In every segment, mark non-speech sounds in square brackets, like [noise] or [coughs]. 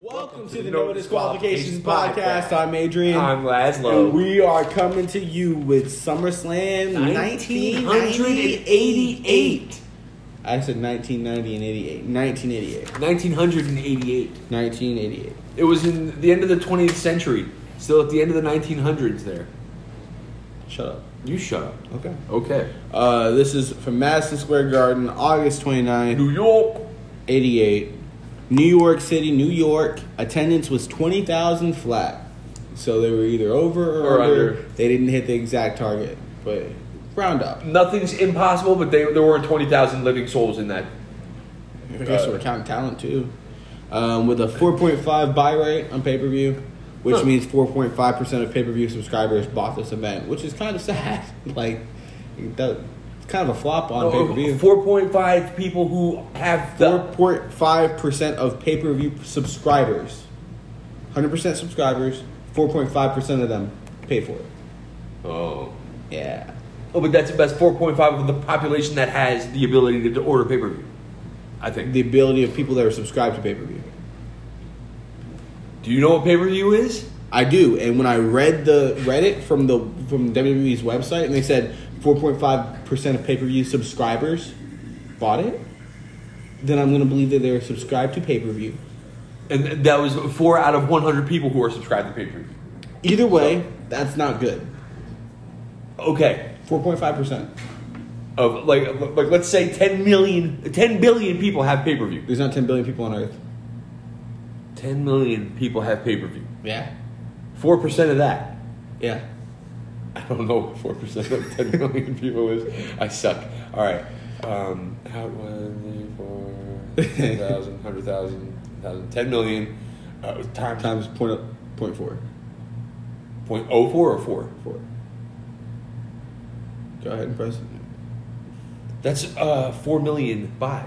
Welcome to the No Disqualifications Podcast. I'm Adrian. I'm Laszlo. and we are coming to you with SummerSlam 1988. I said 1990 and 88. 1988. 1988. 1988. It was in the end of the 20th century. Still at the end of the 1900s there. Shut up. You shut up. Okay. Okay. Uh, this is from Madison Square Garden, August 29, New York. 88. New York City, New York. Attendance was 20,000 flat. So they were either over or, Or under. under. They didn't hit the exact target, but round up. Nothing's impossible, but they, there weren't 20,000 living souls in that. I guess we're counting talent too. Um, with a 4.5 buy rate on pay per view, which Huh. means 4.5% of pay per view subscribers bought this event, which is kind of [laughs] sad. like, that, it's kind of a flop Oh, on pay per Uh, view. 4.5 people who have the. 4.5% of pay per view subscribers, 100% subscribers, 4.5% of them pay for it. Oh. Yeah. Oh, but that's that's 4.5 of the population that has the ability to order pay per view. I think. The ability of people that are subscribed to pay per view. Do you know what pay per view is? I do, and when I read the read it from the from WWE's website, and they said 4.5 percent of pay per view subscribers bought it, then I'm gonna believe that they were subscribed to pay per view. And that was four out of 100 people who are subscribed to pay per view. Either way, that's not good. Okay. 4.5 percent. of like like let's say 10 million 10 billion people have pay-per-view There's not 10 billion people on Earth. 10 million people have pay-per-view Yeah. 4% of that Yeah. i don't know what 4% of 10 million [laughs] people is i suck all right um how one, three, four, 10,000, 100,000, 1,000, 10 million uh, times Times point up point four. point oh four or 4 Four. Go ahead and press. it. that's uh 4 million buys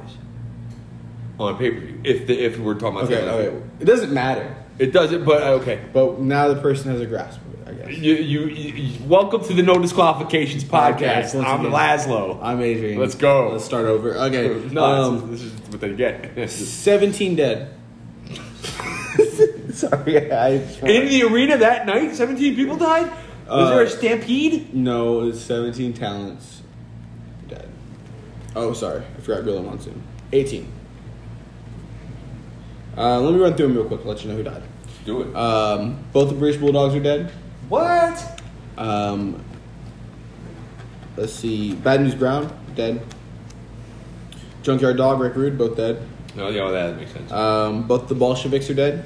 on pay-per-view if the, if we're talking about Okay. 10 million Okay. It doesn't matter, people. it doesn't but uh, okay but now the person has a grasp of it. I guess. You, you, you, welcome to the No Disqualifications podcast. Podcast, once I'm again. Laszlo. Uh, I'm Adrian. Let's go. Let's start over. Okay. [laughs] No, um, this is what they get. [laughs] 17 dead. [laughs] Sorry, I. In the arena that night, 17 people died. Was Uh, there a stampede? no, it's 17 talents dead. Oh, sorry. I forgot Gorilla Monsoon. 18. Uh, let me run through them real quick, let you know who died. Do it. Uh, Um, both the British Bulldogs are dead. what? Um, let's see. Bad News Brown, dead. Junkyard Dog, Rick Rude, both dead. No, yeah, well, that makes sense. Um, both the Bolsheviks are dead.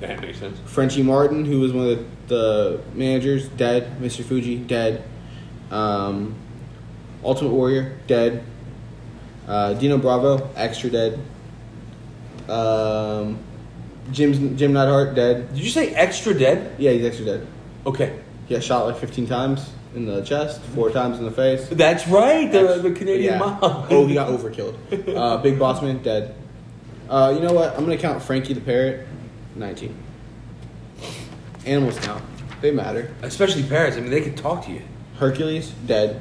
that makes sense. Frenchie Martin, who was one of the, the managers, dead. Mr. Fuji, dead. Um, Ultimate Warrior, dead. Uh, Dino Bravo, extra dead. Um, Jim Jim Neidhart, dead. Did you say extra dead? Yeah, he's extra dead. Okay. He got shot like 15 times in the chest, four times in the face. That's right. The, the Canadian Yeah. mob. [laughs] oh, he got overkilled. Uh, Big Boss Man, dead. Uh, you know what? I'm gonna count Frankie the Parrot, 19. Animals count. They matter. [laughs] Especially parrots. I mean, they can talk to you. Hercules, dead.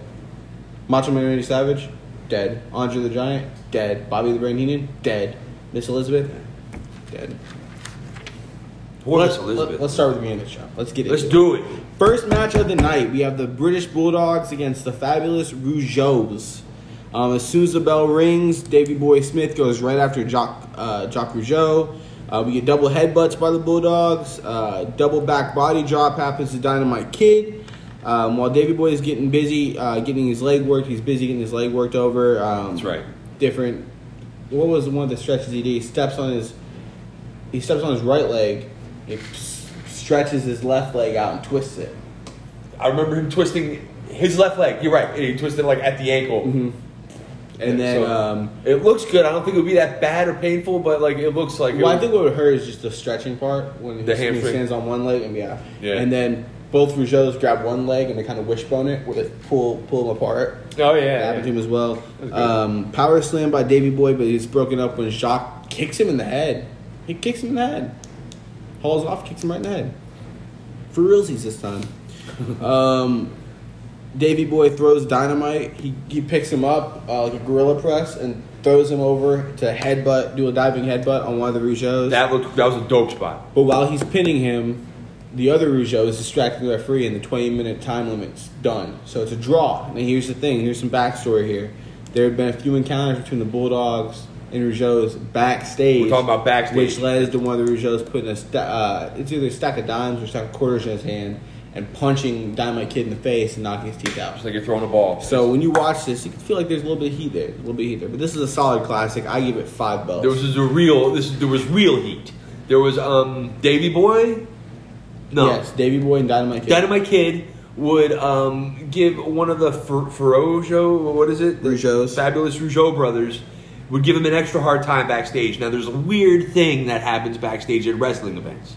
Macho Man Randy Savage, dead. Andre the Giant, dead. Bobby the Brain Heenan, dead. Miss Elizabeth, dead. Poor Let's- Miss Elizabeth. Let, us start with the main event show. Let's get Let's into it. do it. First match of the night, we have the British Bulldogs against the fabulous Rougeaus. Um, as soon as the bell rings, Davy Boy Smith goes right after Jock, uh, Jock Rougeau. Uh, we get double headbutts by the Bulldogs. Uh, double back body drop happens to Dynamite Kid. Um, while Davy Boy is getting busy uh, getting his leg worked, he's busy getting his leg worked over. Um, That's right. Different. What was the one of the stretches he did? He steps on his he steps on his right leg, he s- stretches his left leg out and twists it. I remember him twisting his left leg. You're right. He twisted like at the ankle. Mm-hmm. And then, So, um, it looks good. I don't think it would be that bad or painful, but like it looks like. it well, I would- think what would hurt is just the stretching part when he, The when he hamstring. stands on one leg, and yeah, Yeah. and then both Rougeaus grab one leg and they kind of wishbone it, where they pull pull them apart. Oh That yeah, happened to yeah. him as well. That's good. Um, power slam by Davy Boy, but he's broken up when Jacques kicks him in the head. He kicks him in the head. [laughs] Hauls off, kicks him right in the head. For realsies this time. um, Davy Boy throws dynamite. He, he picks him up uh, like a gorilla press and throws him over to headbutt, do a diving headbutt on one of the Rougeaus. That looked that was a dope spot. but while he's pinning him, the other Rougeau is distracting the referee, and the 20 minute time limit's done. So it's a draw. And here's the thing here's some backstory here. There had been a few encounters between the Bulldogs and Rougeau's backstage. We're talking about backstage. Which led to one of the Rougeaus putting a sta- uh, it's either a stack of dimes or a stack of quarters in his hand and punching Dynamite Kid in the face and knocking his teeth out. It's like you're throwing a ball. So when you watch this, you can feel like there's a little bit of heat there, a little bit of heat there. But this is a solid classic. I give it five belts. There was just a real this there was real heat. There was um Davy Boy. No. Yes, Davy Boy and Dynamite Kid. Dynamite Kid would um, give one of the Fer- Ferrugio, what is it? The Rougeaus. Fabulous Rougeau brothers would give him an extra hard time backstage. Now, there's a weird thing that happens backstage at wrestling events.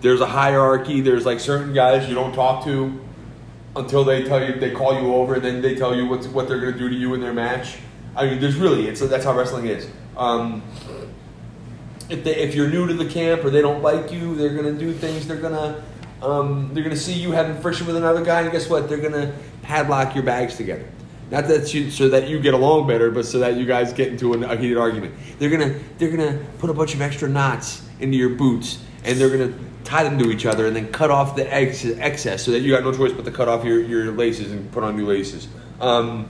There's a hierarchy. There's like certain guys you don't talk to until they tell you they call you over and then they tell you what's, what they're going to do to you in their match. I mean, there's really it's that's how wrestling is. Um, if they, if you're new to the camp or they don't like you, they're gonna do things. They're gonna um, they're gonna see you having friction with another guy, and guess what? They're gonna padlock your bags together. Not that you, so that you get along better, but so that you guys get into an, a heated argument. They're gonna they're gonna put a bunch of extra knots into your boots, and they're gonna tie them to each other, and then cut off the ex- excess so that you got no choice but to cut off your, your laces and put on new laces. Um,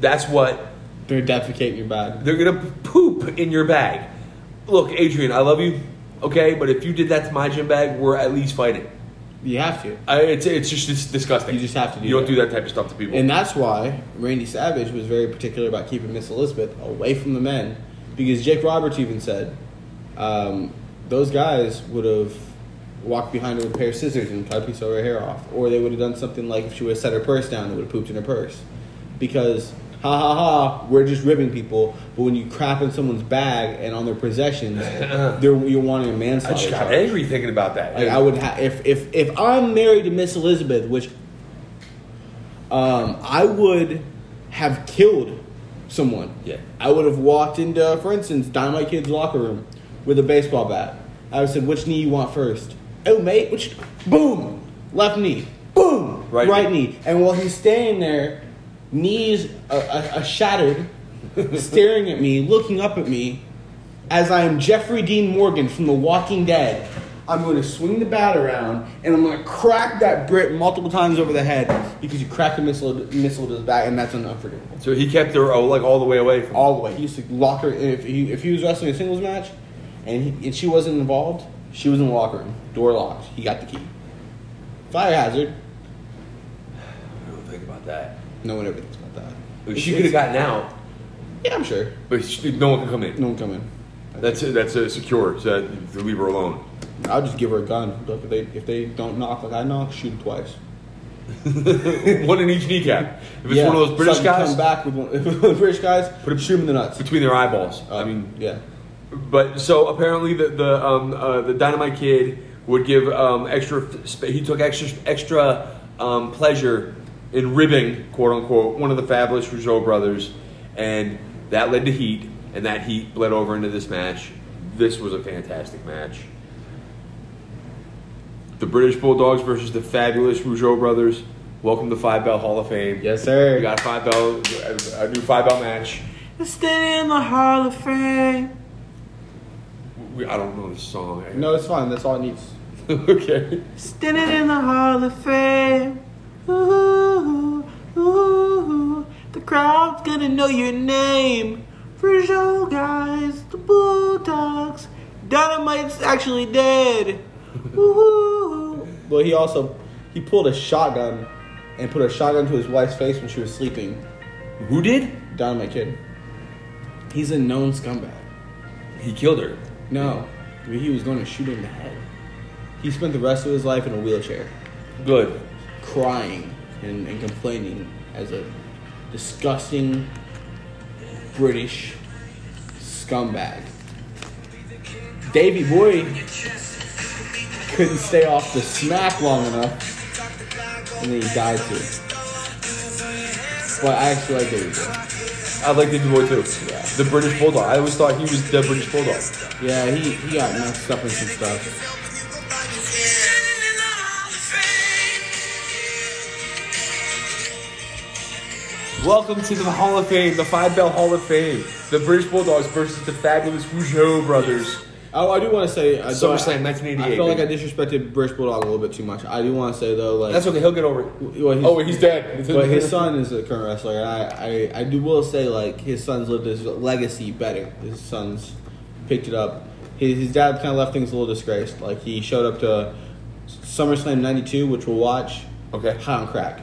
that's what They're defecating your bag. they're gonna poop in your bag. Look, Adrian, I love you, okay, but if you did that to my gym bag, we're at least fighting. You have to. I, it's it's just it's disgusting. You just have to do You don't that. do that type of stuff to people. And that's why Randy Savage was very particular about keeping Miss Elizabeth away from the men. Because Jake Roberts even said, um, those guys would have walked behind her with a pair of scissors and cut a piece of her hair off. Or they would have done something like if she would have set her purse down, they would have pooped in her purse. Because, ha ha ha, we're just ribbing people. But when you crap in someone's bag and on their [coughs] possessions, they're, you're wanting a I manslaughter just got charge. angry thinking about that. Like I would ha- if if if I'm married to Miss Elizabeth, which um, I would have killed someone. Yeah. I would have walked into, for instance, Dynamite Kid's locker room with a baseball bat. I would have said, "Which knee you want first? Oh, mate, which? Boom, left knee. Boom, Right right, knee. knee. And while he's standing there, knees uh, uh, uh, shattered, staring at me, looking up at me, as I am Jeffrey Dean Morgan from The Walking Dead. I'm going to swing the bat around and I'm going to crack that Brit multiple times over the head because you cracked a missile missile to his back and that's an unforgivable. so he kept her oh, like all the way away from. All the way. He used to lock her. If he, if he was wrestling a singles match and, he, and she wasn't involved, she was in the locker room. Door locked. He got the key. Fire hazard. I don't think about that. No one ever thinks about that. She could have gotten out, Yeah, I'm sure. but she, no one can come in. No one come in. That's it, that's uh, secure. So that, to leave her alone. [laughs] I'll just give her a gun. Look, if they if they don't knock like I knock, shoot 'em twice. one in each kneecap. If it's Yeah, one of those British something guys, Come back with one, [laughs] with the British guys. Put a shoot him in the nuts. between their eyeballs. I Uh, mean, yeah. But so apparently the the um, uh, the dynamite kid would give um, extra sp- he took extra extra um, pleasure in ribbing quote unquote one of the fabulous Rougeau brothers, and that led to heat, and that heat bled over into this match. This was a fantastic match. The British Bulldogs versus the fabulous Rougeau brothers. Welcome to Five Bell Hall of Fame. Yes, sir. we got a Five Bell a new Five Bell match. Stay in the Hall of Fame. We, I don't know the song. No, it's fine. That's all it needs. [laughs] okay. Standing in the Hall of Fame. Ooh, ooh, the crowd's gonna know your name. For show, guys, the Bulldogs. Dynamite's actually [laughs] dead. Ooh. Well, he also he pulled a shotgun and put a shotgun to his wife's face when she was sleeping. Who did? Dynamite Kid. He's a known scumbag. He killed her. No, he was going to shoot him in the head. He spent the rest of his life in a wheelchair, Good. crying and, and complaining as a disgusting British scumbag. Davy Boy couldn't stay off the smack long enough, and then he died too. But I actually like Davy Boy. I like Davey Boy too. Yeah. The British Bulldog. I always thought he was the British Bulldog. Yeah, he, he got messed up in some stuff. Standing in the Hall of Fame. Welcome to the Hall of Fame, the Five Bell Hall of Fame. The British Bulldogs versus the fabulous Rougeau brothers. Oh, I do want to say I don't- SummerSlam I 1988. feel like I baby. disrespected British Bulldog a little bit too much. I do want to say though, like That's okay. He'll get over it. well, he's- Oh, wait, he's dead. But his son is a current wrestler. and I, I, I do will say like his son's lived his legacy better. His son's picked it up. His, his dad kind of left things a little disgraced. Like he showed up to SummerSlam '92, which we'll watch. Okay. High on crack.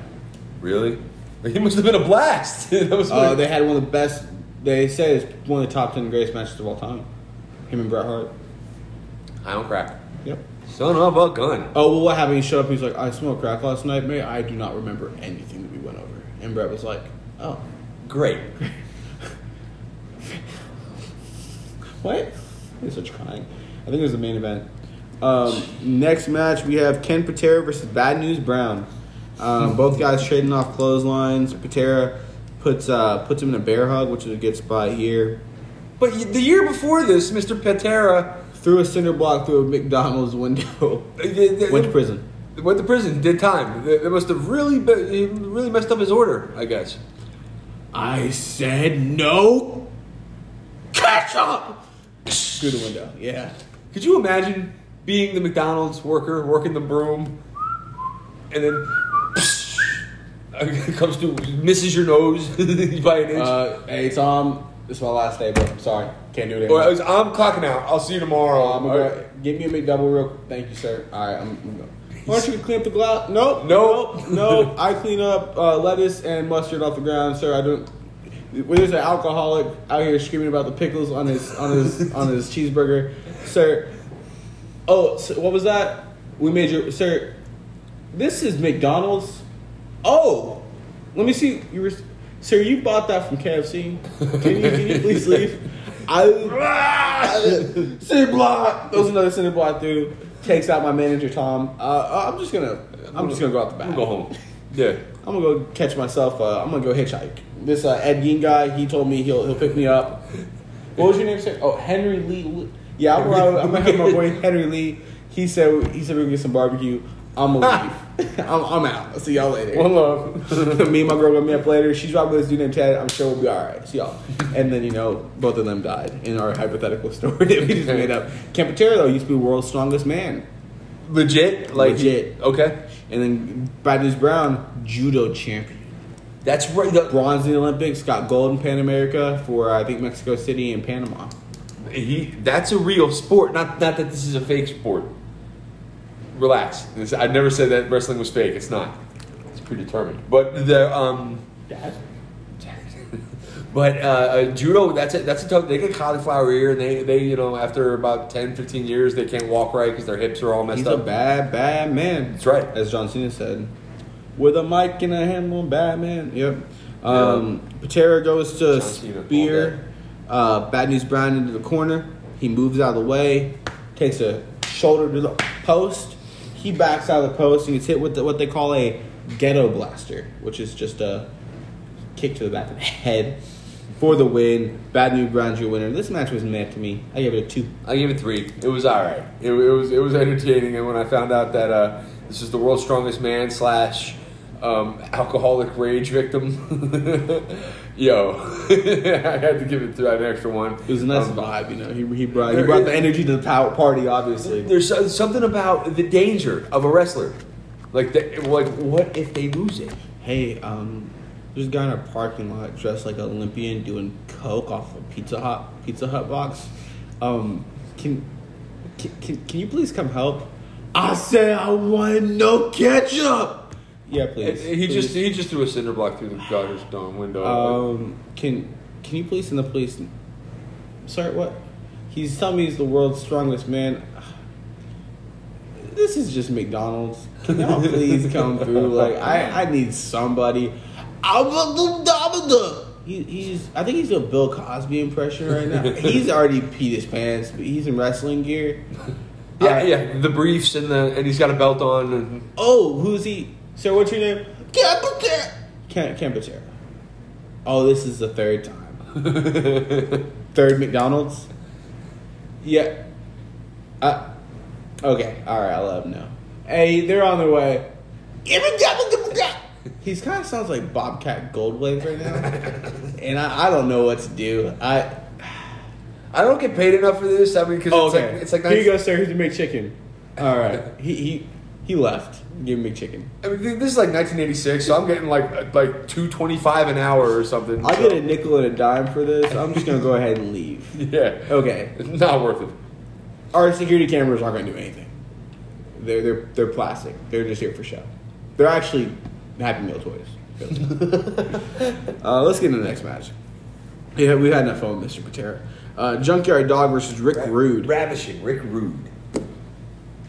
Really? He must have been a blast. [laughs] that was Uh, like- they had one of the best. They say it's one of the top ten greatest matches of all time. Him and Bret Hart. I don't crack. Yep. Son of a gun. Oh well, what happened? He showed up. He's like, I smoked crack last night, mate. I do not remember anything that we went over. And Bret was like, Oh, Great. What? He's such crying. I think it was the main event. Um, next match, we have Ken Patera versus Bad News Brown. Um, both guys trading off clotheslines. Patera puts uh, puts him in a bear hug, which is a good spot here. But y- the year before this, Mr. Patera Threw a cinder block through a McDonald's window. [laughs] uh, th- th- Went to prison. went to prison, did time. They they must have really, be- he really messed up his order, I guess. I said no ketchup. Through the window. Yeah. Could you imagine being the McDonald's worker, working the broom, and then [laughs] comes to misses your nose [laughs] by an inch? Uh, hey Tom, this is my last day, bro. Sorry, can't do it anymore. Well, it's- I'm clocking out. I'll see you tomorrow. Um, All right. Give me a McDouble real quick. Thank you, sir. All right, I'm, I'm going. Why don't you clean up the glass? Nope. Nope. Nope. nope. [laughs] I clean up uh, lettuce and mustard off the ground, sir. I don't. Well, There's an alcoholic out here screaming about the pickles on his on [laughs] his on his cheeseburger, sir. Oh, so what was that? We made your sir. This is McDonald's. Oh, let me see. You were, sir. You bought that from KFC. Can you, can you please [laughs] leave? I [laughs] cinder block goes another cinder block through. Takes out my manager Tom. Uh, I'm just gonna. I'm just gonna go out the back. I'll go home. Yeah. I'm gonna go catch myself. Uh, I'm gonna go hitchhike. This uh, Ed Gein guy, he told me he'll he'll pick me up. What was your name, sir? Oh, Henry Lee. Yeah, I'm, gonna- I'm gonna get my boy [laughs] Henry Lee. He said he said we can get some barbecue. [laughs] I'm gonna leave. I'm, I'm out. See y'all later. One [laughs] love. me and my girl gonna meet up later. She's rocking with this dude named Chad. I'm sure we'll be all right. See y'all. And then you know, both of them died in our hypothetical [laughs] story that we just made up. Campatera though used to be world's strongest man, Legit? Like Legit. Okay. and then Bad News Brown judo champion. That's right. the- bronze in the Olympics, got gold in Pan America for I think Mexico City and Panama. he, that's a real sport. Not not that this is a fake sport. Relax. This- I never said that wrestling was fake. It's not. It's predetermined. But the um Dad, [laughs] But uh, uh, judo, that's it. That's a tough. They get cauliflower ear, and they, they you know after about 10, 15 years, they can't walk right because their hips are all messed he's a up. bad, bad man. That's right. As John Cena said, with a mic and a handle, bad man. Yep. Um, Patera goes to John Cena all day. spear. Uh, bad news Brown into the corner. He moves out of the way, takes a shoulder to the post. He backs out of the post and gets hit with the, what they call a ghetto blaster, which is just a kick to the [laughs] back of the head for the win. Bad News Brown's your winner. This match was mad to me. I gave it a two. I gave it three. It was all right. It, it was it was entertaining, and when I found out that uh, this is the world's strongest man slash um, alcoholic rage victim, [laughs] yo, I had to give it th- an extra one. It was a nice Um, vibe, you know. He, he brought he brought the energy to the power party, obviously. There's so- something about the danger of a wrestler, like the, like what if they lose it? Hey, um, there's a guy in our parking lot dressed like an Olympian doing coke off a Pizza Hut Pizza Hut box. Um, can can can, can you please come help? I said I wanted no ketchup. Yeah, please. He please. just he just threw a cinder block through the daughter's dorm window. Um, can can you please send the police? Sir, what? He's telling me he's the world's strongest man. This is just McDonald's. Can y'all please come through? Like, I, I need somebody. I'm a dum dum dum. He, he's I think he's doing Bill Cosby impression right now. he's already peed his pants, but he's in wrestling gear. yeah, I- yeah, the briefs and the and he's got a belt on. And, Oh, who's he? Sir, what's your name? Campuchera. Cam- Campuchera. Oh, this is the third time. [laughs] third McDonald's? Yeah. Uh, okay, alright, I'll let him know. Hey, they're on their way. He kind of sounds like Bobcat Goldwing [laughs] right now, and I, I don't know what to do. I I don't get paid enough for this. I mean, because oh, it's, okay, like, it's like here you 90 go, sir. Here's the McChicken. [laughs] All right, he he he left. Give him McChicken. I mean, th- this is like 1986, so I'm getting like uh, like 225 an hour or something. I'll so- get a nickel and a dime for this. I'm just gonna go ahead and leave. Yeah, Okay, it's not worth it. our security cameras aren't gonna do anything. They're they're they're plastic. They're just here for show. They're actually Happy Meal toys. uh, let's get into the next match. Yeah, we've had enough fun with Mr. Patera. Uh, Junkyard Dog versus Rick Ra- Rude. Ravishing Rick Rude.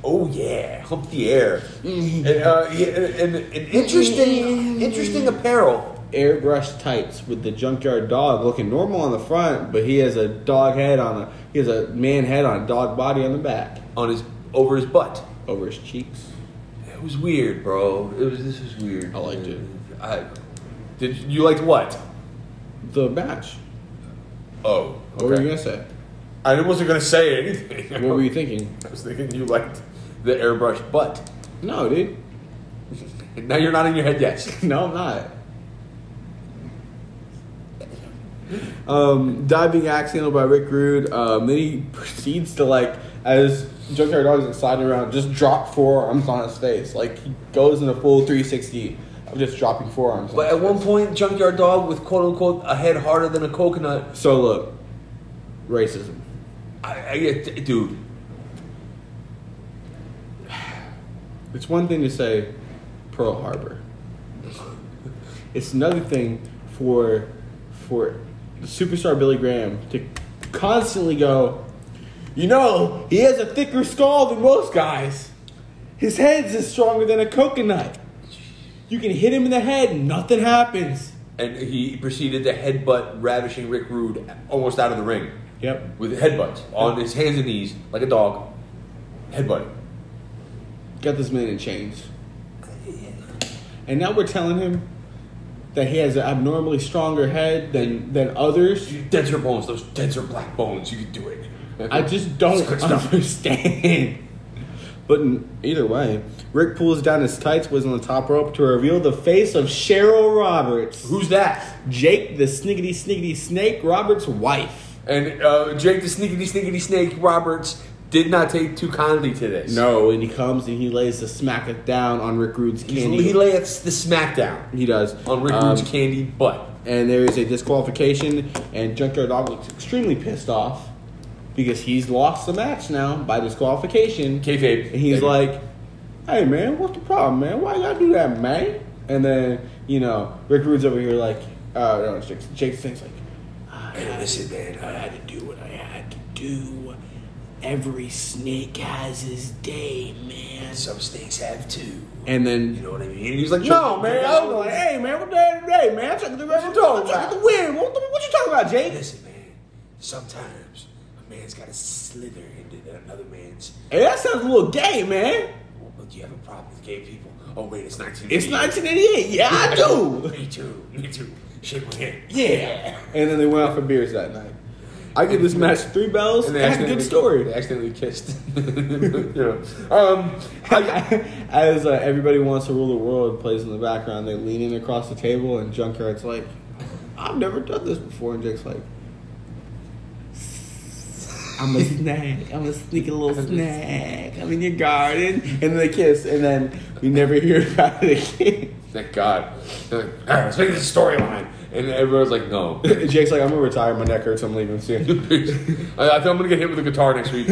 Oh yeah, hump the air. Mhm. and, uh, yeah, and, and, and interesting, interesting apparel. Airbrush tights with the junkyard dog looking normal on the front, but he has a dog head on a he has a man head on a dog body on the back on his over his butt. over his cheeks. It was weird, bro. It was this was weird. I liked it. I did. You you liked what? The match. Oh, What were you okay. gonna say? I wasn't gonna say anything. [laughs] What were you thinking? I was thinking you liked the airbrush butt. No, dude. [laughs] Now you're not in your head yet. No, I'm not. Um, diving axe handle by Rick Rude. Um, then he [laughs] proceeds to like as Junkyard Dog is sliding around, just drop forearms on his face. Like he goes in a full 360 of just dropping forearms. on But his at one point, junkyard dog with quote unquote a head harder than a coconut So look, racism. I, I get, dude. It's one thing to say Pearl Harbor. It's another thing for for superstar Billy Graham to constantly go, you know, he has a thicker skull than most guys. His head's is stronger than a coconut. You can hit him in the head and nothing happens. And he proceeded to headbutt ravishing Rick Rude almost out of the ring Yep. with headbutts on his hands and knees like a dog. Headbutt. Got this man in chains. And now we're telling him that he has an abnormally stronger head than than others. You denser bones, those denser black bones. You can do it. [laughs] I just don't It's good stuff. understand. But in- either way, Rick pulls down his tights, was on the top rope to reveal the face of Cheryl Roberts, Who's that? Jake the Sniggity Sniggity Snake Roberts' wife. And uh, Jake the Sneakity Sneakity Snake Roberts did not take too kindly to this. No, and he comes and he lays the smack down on Rick Rude's He's- candy. he layeth the smackdown he does on Rick Um, Rude's candy butt. and there is a disqualification, and Junkyard Dog looks extremely pissed off because he's lost the match now by disqualification. Kayfabe. And he's Thank you. like, "Hey man, what's the problem, man? Why y'all do that, man?" And then you know Rick Rude's over here like, "Oh no, it's Jake." Jake Snake's like, "Ah, Hey, listen, man. uh, "I had to do what I had to do. Every snake has his day, man." Some snakes have two. And then You know what I mean? And he was like, no, man. I was like, hey, man, what the hell today, man? I'm trying to get the I'm talking trying to get about? the win. What, the, what you talking about, Jake? Listen, man. Sometimes a man's got to slither into another man's. Hey, that sounds a little gay, man. Well, do you have a problem with gay people? Oh wait, it's 19. It's [laughs] 1988. Yeah, I do. Me too. Me too. Shake my hand. Yeah. And then they went out for beers that night. I give this match three bells. And That's a good accidentally- story. They accidentally kissed. [laughs] you know. Um, [laughs] As uh, everybody wants to rule the world plays in the background, they lean in across the table, and Junkyard's like, "I've never done this before," and Jake's like, "I'm a snack. I'm a sneaky little snack. I'm in your garden," and then they kiss, and then we never hear about [laughs] it again. thank God. They're like, all right, let's make this a storyline. And everyone's like, no. [laughs] Jake's like, "I'm gonna retire. My neck hurts. I'm leaving I, I soon." think I'm gonna get hit with a guitar next week.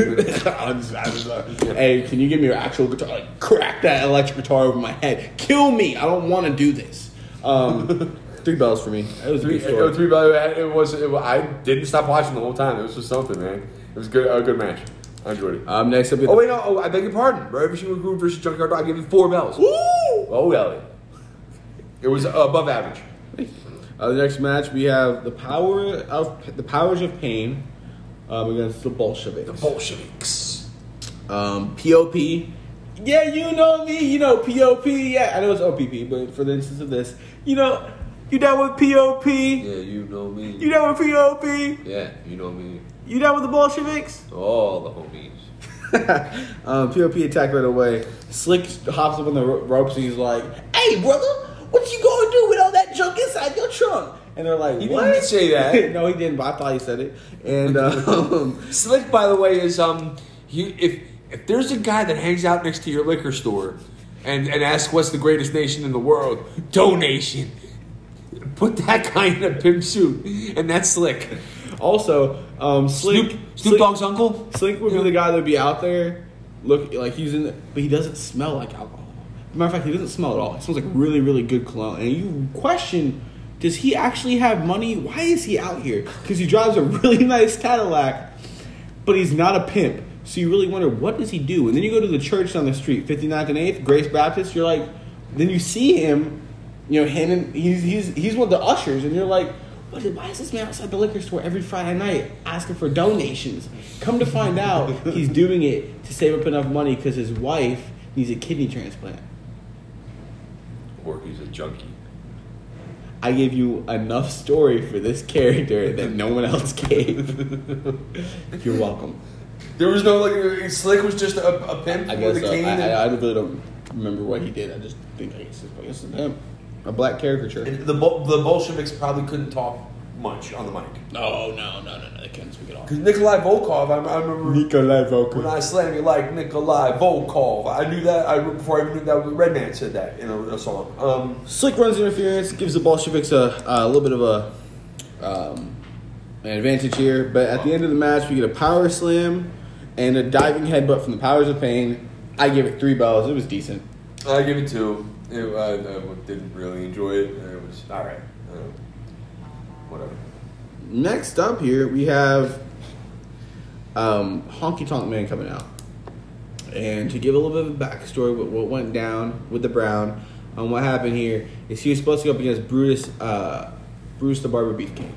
[laughs] [laughs] hey, can you give me your actual guitar? Like, crack that electric guitar over my head. Kill me. I don't want to do this. Um, [laughs] three bells for me. That was a Three, good story. it, three by the way, it was. It, wa- I didn't stop watching the whole time. It was just something, man. It was good. A good match. I enjoyed it. Um, next up, we Oh wait, no. Oh, I beg your pardon. Ravishing Recruit versus Junkyard Dog. I give you four bells. Woo! Oh well. It was above average. Uh, the next match we have the power of the powers of pain um, against the Bolsheviks. The Bolsheviks. um, POP. Yeah, you know me. You know POP. Yeah, I know it's OPP, but for the instance of this, you know, you down with POP? You you know me. down with POP? yeah, you know me. You down with the Bolsheviks? All the [laughs] homies. um, POP attack right away. Slick hops up on the ro- ropes and he's like, "Hey, brother, What you gonna do with all that junk inside your trunk? And they're like, He what? didn't say that. [laughs] no, he didn't, but I thought he said it. [laughs] And um, Slick, by the way, is um, he, if if there's a guy that hangs out next to your liquor store, and and asks what's the greatest nation in the world, donation. Put that [laughs] guy in a pimp suit, and that's Slick. also, um, Slick, Snoop Slick- Snoop Dogg's uncle. Slink would be the guy that would be out there, look like he's in, the, but he doesn't smell like alcohol. Matter of fact, he doesn't smell at all. It smells like really, really good cologne. And you question, does he actually have money? Why is he out here? Because he drives a [laughs] really nice Cadillac, but he's not a pimp. So you really wonder what does he do? And then you go to the church down the street, 59th and 8th, Grace Baptist. You're like, then you see him, you know, handing he's he's he's one of the ushers, and you're like, what, why is this man outside the liquor store every Friday night asking for donations? Come to find out, [laughs] he's doing it to save up enough money because his wife needs a kidney transplant. Or he's a junkie. I gave you enough story for this character that no one else gave. [laughs] You're welcome. There was no like uh, Slick was just a, a pimp I guess with a uh, cane. I, and- I, I really don't remember what he did. I just think I guess it's, I guess it's him. A black caricature. and the Bol- the Bolsheviks probably couldn't talk much on the mic. No, Oh, no, no, no, no. They can't speak at all. Because Nikolai Volkov, I, I remember Nikolai when Volkov. I slammed you like Nikolai Volkov. I knew that I before I even knew that Redman said that in a, a song. Um, Slick runs interference, gives the Bolsheviks a, a little bit of a um, an advantage here. But at the end of the match, we get a power slam and a diving headbutt from the Powers of Pain. I give it three bells. It was decent. I give it two. It, I, I didn't really enjoy it. It was all right. Uh, whatever. Next up here, we have um, Honky Tonk Man coming out. And to give a little bit of a backstory with what went down with the Brown, um, what happened here is he was supposed to go up against Brutus, uh, Brutus the Barber Beefcake.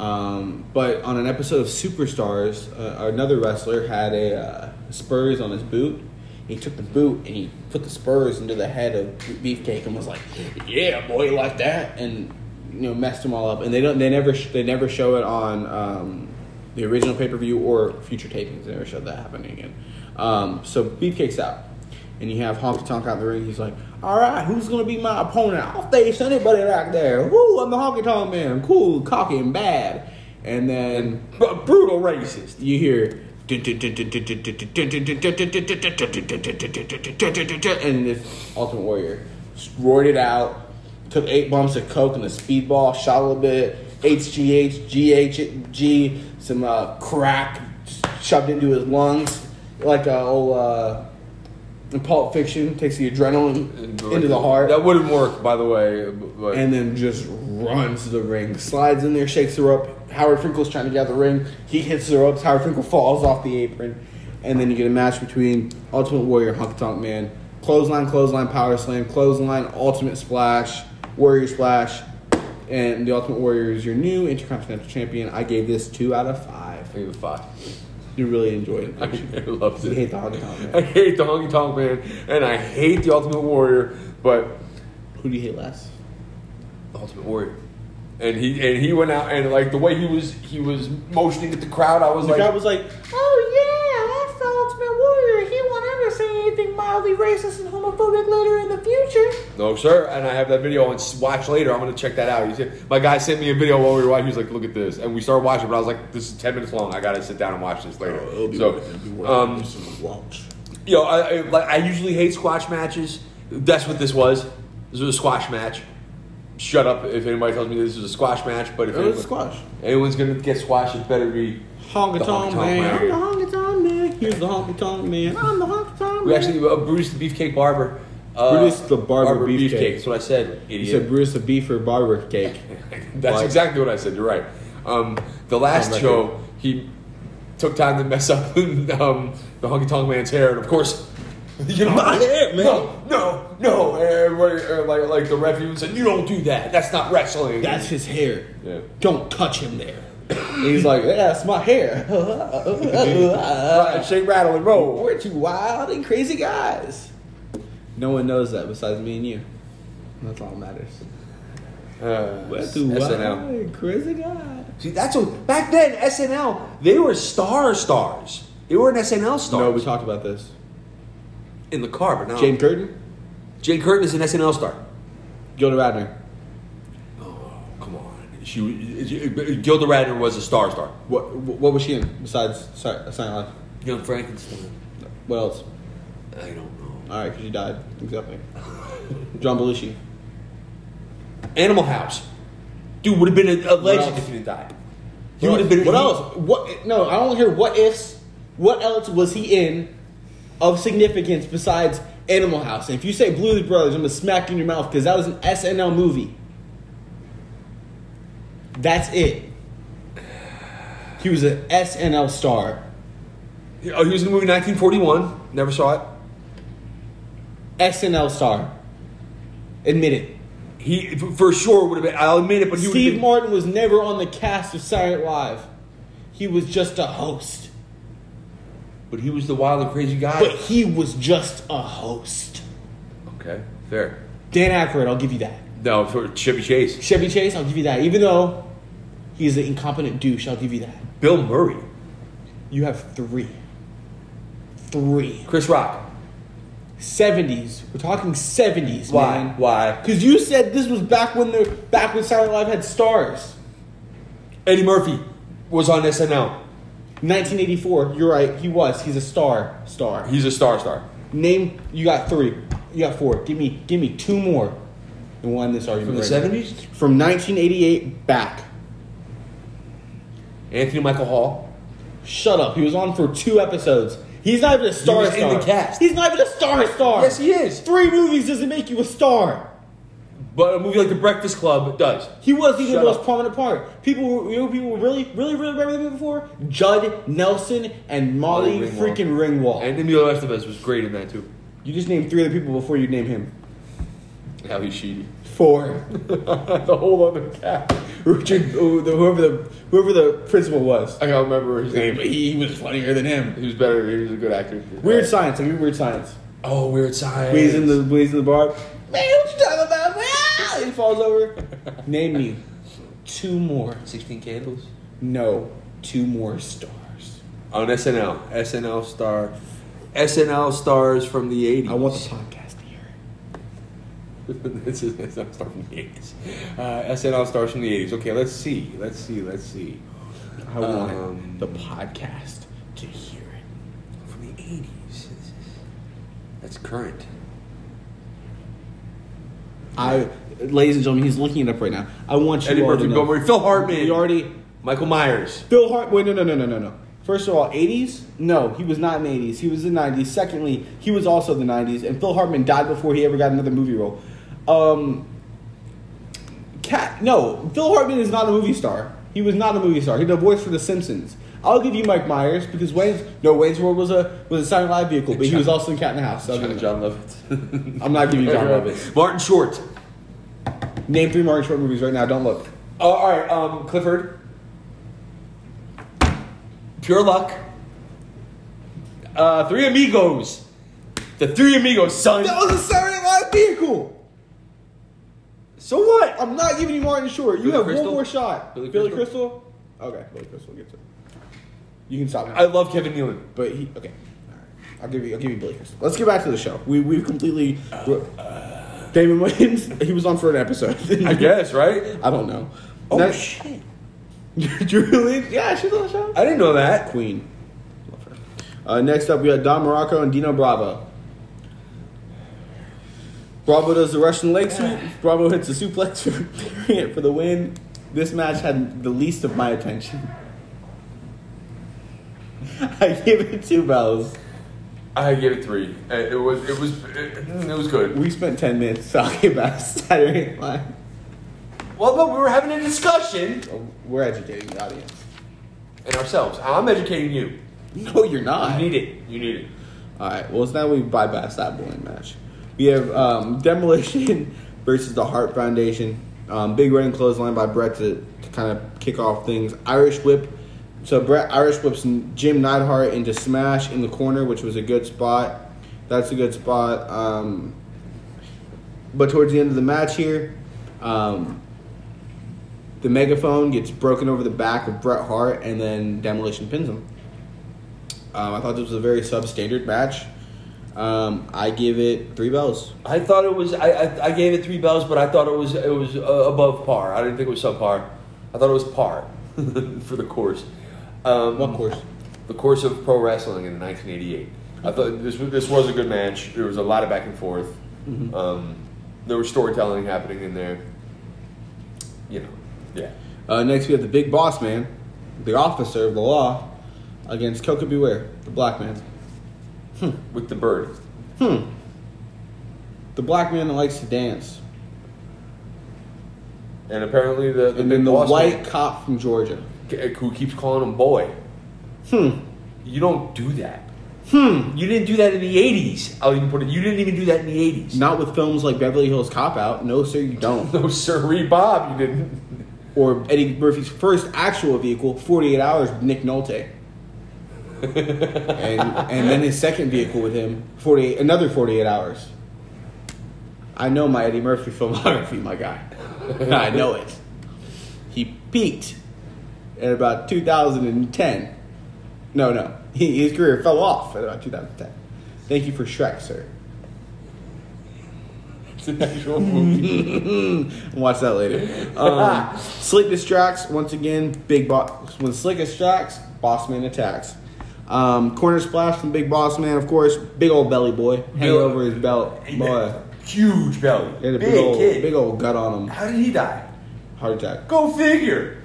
Um, but on an episode of Superstars, uh, another wrestler had a uh, spurs on his boot. He took the boot and he put the spurs into the head of Beefcake and was like, "Yeah, boy, like that," and you know messed them all up. And they don't, they never, sh- they never show it on um, the original pay per view or future tapings. They never showed that happening again. Um, so Beefcake's out and you have Honky Tonk out in the ring. He's like, "All right, who's gonna be my opponent? I'll face anybody right there. Woo, I'm the Honky Tonk Man, cool, cocky, and bad." And then But brutal racist. you hear, and it's Ultimate Warrior roared it out. Took eight bumps of coke and a speedball, shot a little bit HGH, GHG, some uh, crack shoved into his lungs like a old. Uh, in Pulp Fiction takes the adrenaline into the heart, That wouldn't work, by the way. But and then just runs to the ring, slides in there, shakes her up. Howard Finkel's trying to get out of the ring. He hits her up. Howard Finkel falls off the apron, and then you get a match between Ultimate Warrior, Honky Tonk Man, clothesline, clothesline, power slam, clothesline, ultimate splash, warrior splash, and the Ultimate Warrior is your new Intercontinental Champion. I gave this two out of five. [laughs] Maybe five. You really enjoyed I it. loved You it. hate the Honky Tonk [laughs] I Man. hate the Honky Tonk Man, and I hate the Ultimate Warrior, but Who do you hate less? the Ultimate Warrior. And he and he went out and like the way he was he was motioning at the crowd, I was The like, guy was like, "Oh yeah, that's the Ultimate Warrior. He won't ever say anything mildly racist and homophobic later in the future." "No, sir." And I have that video on s- watch later. I'm gonna check that out. He said, my guy sent me a video while we were watching. He was like, "Look at this," and we started watching. But I was like, "This is ten minutes long. I gotta sit down and watch this later." Oh, so, um, you know, I, I, like, I usually hate squash matches. That's what this was. This was a squash match. Shut up if anybody tells me this is a squash match. But if It was anyone- squash. anyone's gonna get squashed, it better be. Honky Tonk Tonk Man. Man. I'm the Honky Tonk Man. Here's the Honky Tonk Man. I'm the Honky Tonk Man. We actually uh, Bruce the Beefcake Barber. Uh, Brutus the Barber Beefcake. That's what I said, idiot. you said Bruce a beef or barber [laughs] cake. That's Like- exactly what I said. You're right. Um, the On last record. show, he took time to mess [laughs] up um, the Honky Tonk Man's hair, and of course, [laughs] you know, My hair, man. No, no, no. And everybody, uh, like, like the ref even said, you don't do that. That's not wrestling. That's his hair. Yeah. Don't touch him there. And he's like, "Yeah, that's my hair. [laughs] Right, Uh, shake, rattle, and roll. We're two wild and crazy guys. No one knows that besides me and you. That's all that matters. Uh, We're two wild SNL. and crazy guys. See, that's what back then SNL. They were star stars. They were an SNL star. No, we talked about this. in the car, but now Jane Curtin? Jane Curtin is an SNL star. Gilda Radner. Oh, come on. She was- Gilda Radner was a star star. What what was she in besides sorry, Silent Life? Young Frankenstein. What else? I don't know. All right, because you died exactly. [laughs] John Belushi. Animal House. Dude would have been a, a legend else? if he didn't die. What He would have else? been. What else? What? No, I don't hear what ifs. What else was he in of significance besides Animal House? And if you say Blues Brothers, I'm gonna smack you in your mouth because that was an SNL movie. That's it. He was an SNL star. Oh, he was in the movie 1941. Never saw it. SNL star. Admit it. He for sure would have been. I'll admit it, but he would Steve have been. Martin was never on the cast of Saturday Night Live. He was just a host. but he was the wild and crazy guy. But he was just a host. Okay, fair. Dan Aykroyd, I'll give you that. No, for Chevy Chase, Chevy Chase, I'll give you that. Even though he's an incompetent douche, I'll give you that. Bill Murray, You have three. Three. Chris Rock. 70s. We're talking 70s, Why? man. Why? Because you said this was back when the back when Saturday Night Live had stars. Eddie Murphy was on SNL. 1984. You're right. He was. He's a star. Star. He's a star star. Name. You got three. You got four. Give me. Give me two more. And we'll end this argument From the right now. seventies, From 1988 back. Anthony Michael Hall. Shut up. He was on for two episodes. He's not even a star. He was in star. the cast. He's not even a star. Star. Yes, he is. Three movies doesn't make you a star. But a movie like The Breakfast Club does. He wasn't even Shut the most up. prominent part. People, were- you know, who people were really, really, really remember the movie before Judd Nelson and Molly Molly Ringwald. freaking Ringwald. And Emilio Estevez was great in that too. you just named three other people before you name him. How he's shitty. Four. [laughs] the whole other cat. Richard, oh, the- whoever the whoever the principal was. I can't remember his name, but he, He, he was funnier than him. he was better. He was a good actor. Weird science. I mean, weird science. Oh, Weird Science. When he's in the when he's in the bar. Man, what you talking about? Ah! man?" He falls over. Name me two more. Uh, Sixteen Candles. No, two more stars. On SNL, SNL star, SNL stars from the eighties. I want the podcast to hear. it. [laughs] this is SNL star from the eighties. Uh, SNL stars from the eighties. Okay, let's see. Let's see. Let's see. I want Um, the podcast to hear it. from the eighties. That's current. I, ladies and gentlemen, he's looking it up right now. I want you Eddie all Murphy, to know. Bill Murray, Phil Hartman, We already. Michael Myers. Bill Hart. Wait, no, no, no, no, no, no. First of all, 80s? No, he was not in the 80s. He was in the 90s. Secondly, he was also the 90s. And Phil Hartman died before he ever got another movie role. Um, Cat. No, Phil Hartman is not a movie star. He was not a movie star. He did a voice for The Simpsons. I'll give you Mike Myers because Wayne's no Wayne's World was a was a Saturday Night Live vehicle, but he was also in Cat in the House. So I'll give you- [laughs] John Lovitz. I'm not giving you John Lovitz. Martin Short. Name three Martin Short movies right now. Don't look. Uh, all right, um, Clifford. Pure luck. Uh, Three Amigos. The Three Amigos, son. That was a Saturday Night Live vehicle. So what? I'm not giving you Martin Short. You Billy have Crystal? one more shot. Billy Billy, Crystal? Crystal? Okay, Billy Crystal gets it. You can stop I now. love Kevin Nealon. But he okay. All right. I'll give you. I'll give you Billy Crystal. Let's get back to the show. We we've completely. Damon Wayans. [laughs] He was on for an episode. I guess, right? [laughs] I don't know. Oh That- [laughs] shit! you really? Yeah, she's on the show. I didn't know that. Queen. Love her. Uh, next up, we had Don Morocco and Dino Bravo. Bravo does the Russian leg sweep. Bravo hits a suplex for, [laughs] period for the win. This match had the least of my attention. [laughs] I give it two bells. I give it three. Uh, It was. It was. It, mm, it was good. We spent 10 minutes talking about [laughs] Saturday Night Live. Well, no, we were having a discussion Oh, We're educating the audience. and ourselves. I'm educating you. No, you're You not. need it. You need it. All right. Well, it's now we bypass that bowling match. We have um, [laughs] demolition versus the Hart Foundation. Um, big running clothesline by Brett to, to kind of kick off things. Irish whip. So Brett Irish whips Jim Neidhart into smash in the corner, which was a good spot. That's a good spot. Um, but towards the end of the match here, um, the megaphone gets broken over the back of Bret Hart, and then demolition pins him. Um, I thought this was a very substandard match. Um, I give it three bells. I thought it was. I, I I gave it three bells, but I thought it was it was uh, above par. I didn't think it was subpar. I thought it was par [laughs] for the course. Um, What course? The course of pro wrestling in 1988. I thought this was, this was a good match. There was a lot of back and forth. Mm-hmm. Um, there was storytelling happening in there. You know, yeah. Uh, next, we have the big boss man, the officer of the law, against Coca Beware, the black man. With the bird, The black man that likes to dance. and apparently the the, And big then the boss white cop from Georgia. man who keeps calling him boy. Hmm. You don't do that. Hmm. You didn't do that in the 80s. I'll even put it. You didn't even do that in the 80s. Not with films like Beverly Hills Cop Out. No, sir, you don't. [laughs] No, sirree, Bob, you didn't. [laughs] or Eddie Murphy's first actual vehicle, 48 Hours, with Nick Nolte. and, and then his second vehicle with him, 48, another 48 Hours. I know my Eddie Murphy [laughs] filmography, my guy. I know it. He peaked at about 2010. No, no. He, his career fell off at about 2010. Thank you for Shrek, sir. It's an actual movie. Watch that later. Um, Slick distracts once again. Big boss. When Slick distracts, Boss Man attacks. Um, corner splash from Big Boss Man, of course. Big old belly boy hanging Bill- over his belt. [laughs] Boy, Huge belly. he had a big big, old kid. big old gut on him. How did he die? Heart attack. Go figure.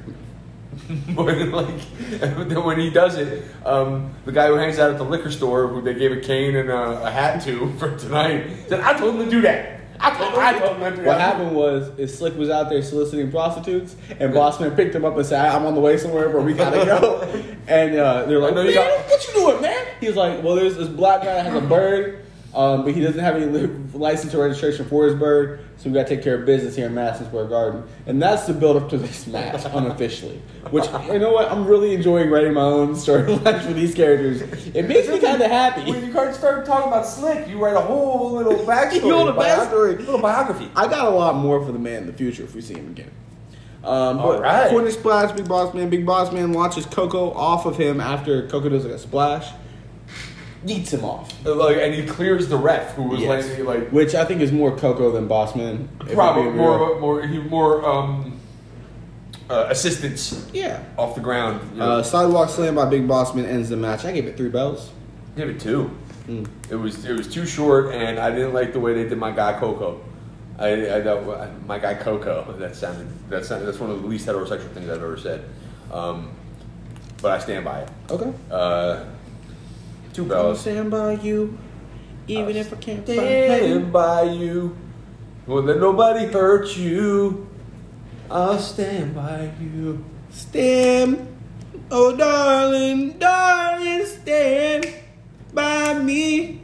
[laughs] More than like, [laughs] then when he does it, um, the guy who hangs out at the liquor store, who they gave a cane and a, a hat to [laughs] for tonight, said, "I told him to do that. I told, I told him to do that." What happened was is Slick was out there soliciting prostitutes, and Boss Man picked him up and said, "I'm on the way somewhere, but we gotta go." [laughs] And uh, they're like, know "Man, you got- what you doing, man?" He was like, "Well, there's this black guy that has [gasps] a bird, um, but he doesn't have any li- license or registration for his bird, so we gotta take care of business here in Madison Square Garden." And that's the build up to this [laughs] match unofficially. Which you know what, I'm really enjoying writing my own [laughs] storylines for these characters. It makes me kind of happy. When you started talking about Slick, you write a whole little [laughs] backstory, wrote a bio- backstory. little biography. I got a lot more for the man in the future if we see him again. Um, but Alright. Corner splash, Big Boss Man. Big Boss Man launches Coco off of him after Coco does like a splash, yeets him off, Like, and he clears the ref who was Yes. like, like which I think is more Coco than Boss Man. if I'm probably being more, real. more, more, he more um, uh, assistance Yeah. off the ground. You know. Uh, sidewalk slam by Big Boss Man ends the match. I gave it three bells. Give it two. It was it was too short, and I didn't like the way they did my guy Coco. I, I thought my guy Coco. That sounded that sounded that's one of the least heterosexual things I've ever said. Um, but I stand by it. Okay. Uh, two I'll bells. stand by you, even if I can't find heaven. Stand by you. Won't let nobody hurt you. I'll stand by you. Stand, oh darling, darling, stand by me.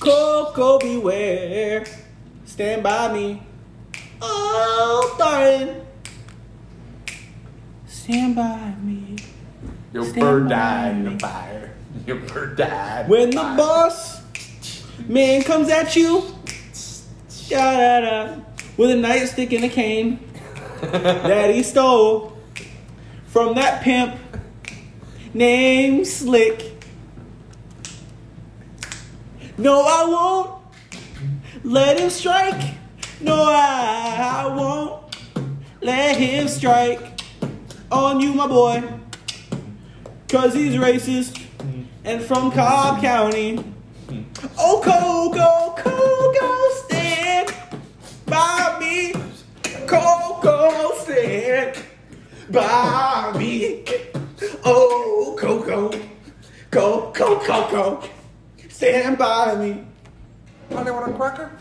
Coco, beware. Stand by me. Oh, darling. Stand by me. Your Stand bird by died in me. the fire. [laughs] Your bird died. in When the fire. boss man comes at you, da da da, with a nightstick and a cane that he stole from that pimp named Slick. No, I won't let him strike. No, I won't let him strike on you, my boy. Cause he's racist and from Cobb County. Oh, Coco, Coco, stand by me. Coco, stand by me. Oh, Coco, Coco, Coco, stand by me. Honey, want a cracker?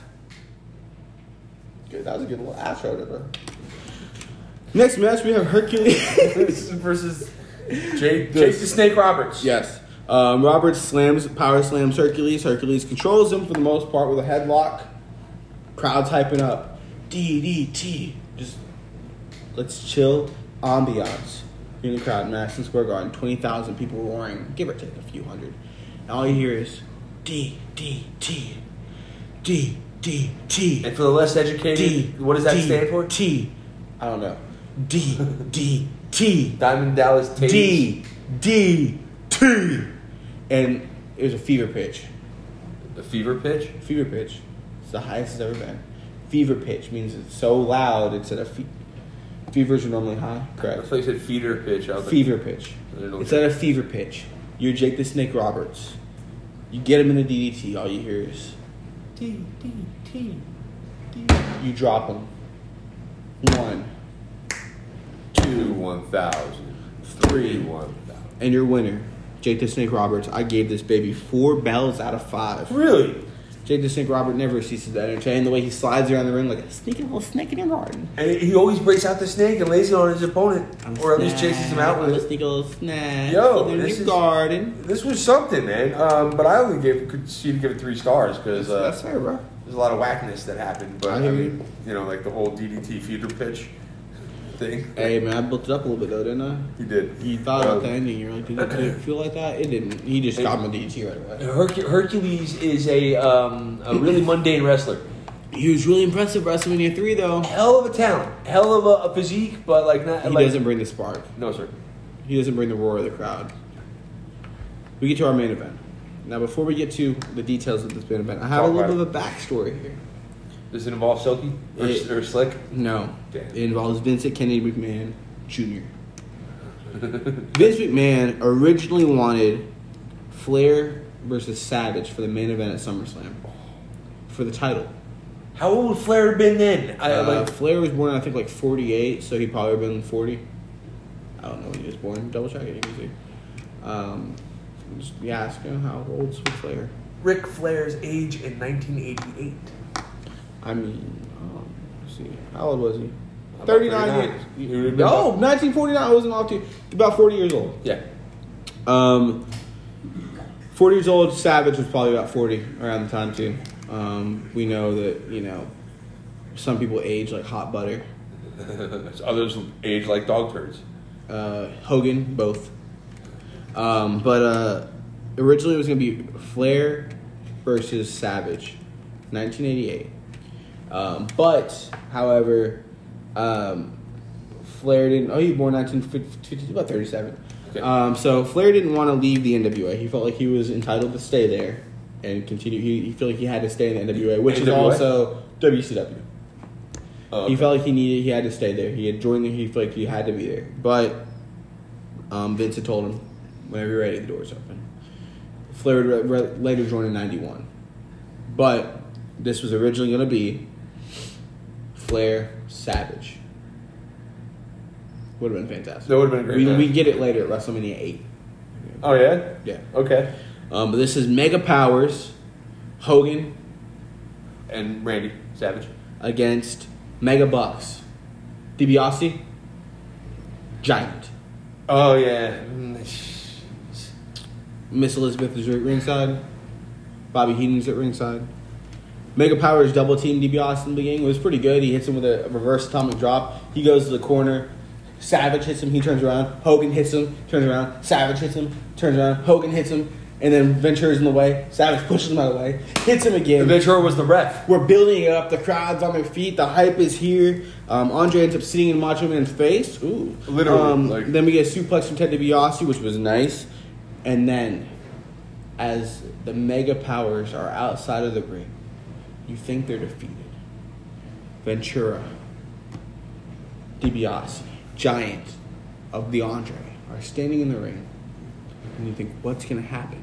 Good, that was a good little outro to her. Next match, we have Hercules. [laughs] This is versus Jake, Jake the Snake Roberts. Yes. Um, Roberts slams, power slams Hercules. Hercules controls him for the most part with a headlock. Crowd's hyping up. DDT. Just let's chill. Ambiance. You're in the crowd, Madison Square Garden. 20,000 people roaring, give or take a few hundred. And all you hear is DDT. DDT. And for the less educated, D. what does that D, stand for? T. I don't know. D. D. T. Diamond Dallas Tate. D D T, and it was a fever pitch. The fever pitch? Fever pitch. It's the highest it's ever been. Fever pitch means it's so loud it's at a fe- fevers are normally high. That's Correct. why you said feeder pitch. I was like, Fever pitch. I didn't know It's what- at a fever pitch. You're Jake the Snake Roberts. You get him in a DDT, all you hear is D D T. D. You drop him. One, two one thousand, three one thousand. and you're winner. Jake the Snake Roberts. I gave this baby four bells out of five. Really? Jake the Snake Robert never ceases to entertain. The way he slides around the ring like a sneaky little snake in your garden. And he always breaks out the snake and lays it on his opponent, or at least chases him out I'm with a it. sneaky little snack. Yo, Something in this your is- garden. This was something, man. Um, but I only gave could see to give it three stars because uh, That's fair, bro. there's a lot of whackness that happened. But I I, hear mean, you know, like the whole DDT feeder pitch thing. Hey man, I built it up a little bit though, didn't I? He did. You thought Um, about the ending. You're like, [clears throat] did it, did it feel like that? It didn't. He just got him a DT right away. Hercu- Hercules is a um, a really mundane wrestler. He was really impressive WrestleMania three though. He Hell of a talent, hell of a, a physique, but like not like doesn't bring the spark. no sir. He doesn't bring the roar of the crowd. We get to our main event. Now, before we get to the details of this main event, I have a Talk little bit about of a backstory here. Does it involve Silky or, It- or Slick? No. Damn. It involves Vincent Kennedy McMahon Jr. [laughs] Vince McMahon originally wanted Flair versus Savage for the main event at SummerSlam for the title. How old would Flair have been then? I Uh, like Flair was born, I think, like 48, so he'd probably been 40. I don't know when he was born. Double check it. you can see. Um, just be asking how old's Flair. Ric Flair's age in 1988. I mean, um, let's see, how old was he? About 39 39. years. He would've been No, 1949. I wasn't off to about 40 years old. Yeah. Um, 40 years old. Savage was probably about 40 around the time too. Um, we know that you know some people age like hot butter. Others age like dog turds. uh, Hogan, both. Um, but uh, originally it was going to be Flair versus Savage, 1988. Um, but, however, um, Flair didn't. Oh, he was born 1950, about 37. Okay. Um, so Flair didn't want to leave the NWA. He felt like he was entitled to stay there and continue. He, he felt like he had to stay in the NWA, which is NWA? also WCW. Oh, He felt like he needed, he had to stay there. He had joined, the, he felt like he had to be there. But um, Vince had told him, whenever you're ready, the door's open. Flair would re- re- later joined in 91. But this was originally going to be Flair Savage. Would have been fantastic. That would've been a great We, match. we get it later at WrestleMania 8. oh yeah. Yeah. Okay. Um, but this is Mega Powers, Hogan And Randy Savage. against Mega Bucks, DiBiase, Giant. Oh yeah. Miss Elizabeth is at ringside. Bobby Heenan's at ringside. Mega Powers double team DiBiase in the beginning It was pretty good. He hits him with a reverse atomic drop. He goes to the corner. Savage hits him. He turns around. Hogan hits him. Turns around. Savage hits him. Turns around. Hogan hits him. And then Ventura's in the way. Savage pushes him out of the way. Hits him again. Ventura was the ref. We're building it up. The crowd's on their feet. The hype is here. Um, Andre ends up sitting in Macho Man's face. Ooh, Literally, Um, like- then we get a suplex from Ted DiBiase, which was nice. And then, as the mega powers are outside of the ring, you think they're defeated. Ventura, DiBiase, Giant of the Andre are standing in the ring, and you think, what's going to happen?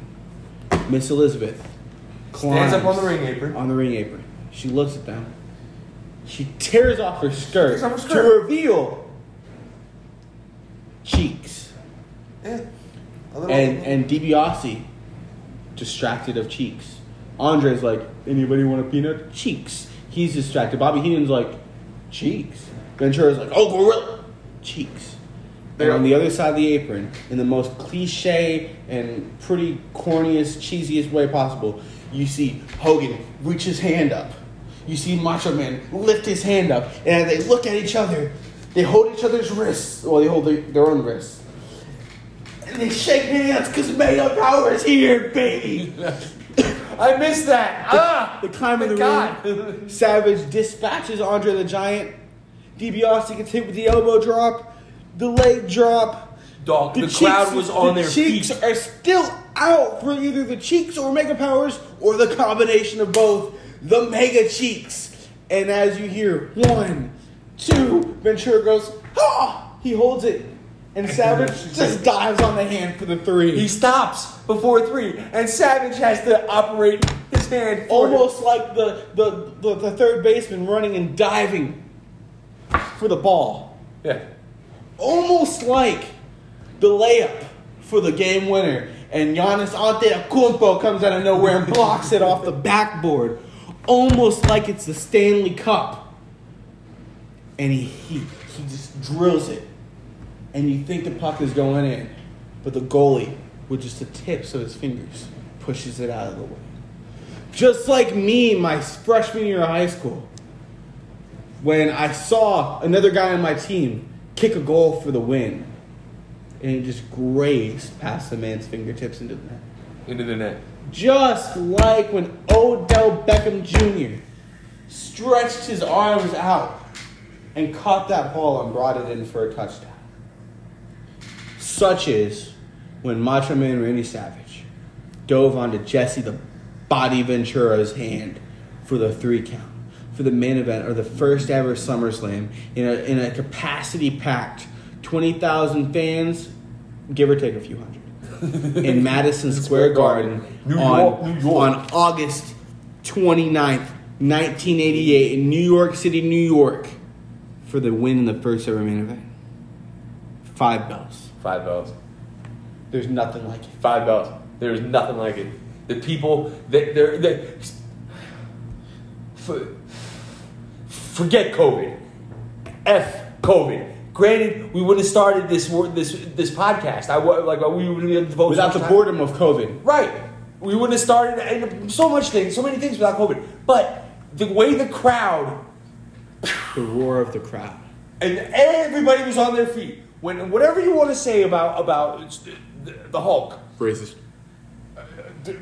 Miss Elizabeth climbs Stands up on the ring apron. on the ring apron. She looks at them. She tears off her skirt, Tears off her to skirt. reveal cheeks. Yeah. Eh. A little- And and DiBiase, distracted of cheeks. Andre's like, anybody want a peanut? Cheeks. He's distracted. Bobby Heenan's like, cheeks. Ventura's like, oh gorilla, cheeks. And on the other side of the apron, in the most cliche and pretty corniest, cheesiest way possible, you see Hogan reach his hand up. You see Macho Man lift his hand up, and as they look at each other, they hold each other's wrists. Well, they hold their, their own wrists. And they shake hands because Mega Power is here, baby. I missed that. Ah. The climb of the Thank [laughs] ring. [laughs] Savage dispatches Andre the Giant. DiBiase gets hit with the elbow drop, the leg drop. dog. The, cheeks- crowd was on the their cheeks feet. are still out for either the cheeks or mega powers or the combination of both. The mega cheeks, and as you hear one, two, Ventura goes ha! He holds it, [laughs] and Savage just dives on the hand for the three. He stops before three, and Savage has to operate his hand for him. almost like the, the, the, the third baseman running and diving for the ball. Yeah. Almost like the layup for the game winner. And Giannis Antetokounmpo comes out of nowhere and blocks it off the backboard. Almost like it's the Stanley Cup. And he, he, he just drills it. And you think the puck is going in. But the goalie, with just the tips of his fingers, pushes it out of the way just like me my freshman year of high school when i saw another guy on my team kick a goal for the win and it just grazed past the man's fingertips into the net Into the net. just like when odell beckham jr stretched his arms out and caught that ball and brought it in for a touchdown such is when macho man randy savage dove onto Jesse the Body Ventura's hand for the three count for the main event or the first ever SummerSlam in a, in a capacity packed 20,000 fans, give or take a few [laughs] hundred, in Madison Square Garden New on, York, New York. on August 29th, 1988, in New York City, New York, for the win in the first ever main event. Five bells. Five bells. There's nothing like it. Five bells. There's nothing like it. The people, they, they're, they for, forget COVID. F COVID. Granted, we wouldn't have started this wor- this this podcast. I wa- like we wouldn't have devoted so Without much the time- boredom of COVID. Right. We wouldn't have started and so much things, so many things without COVID. But the way the crowd The roar of the crowd. and everybody was on their feet. When whatever you want to say about about the, the Hulk, Racist.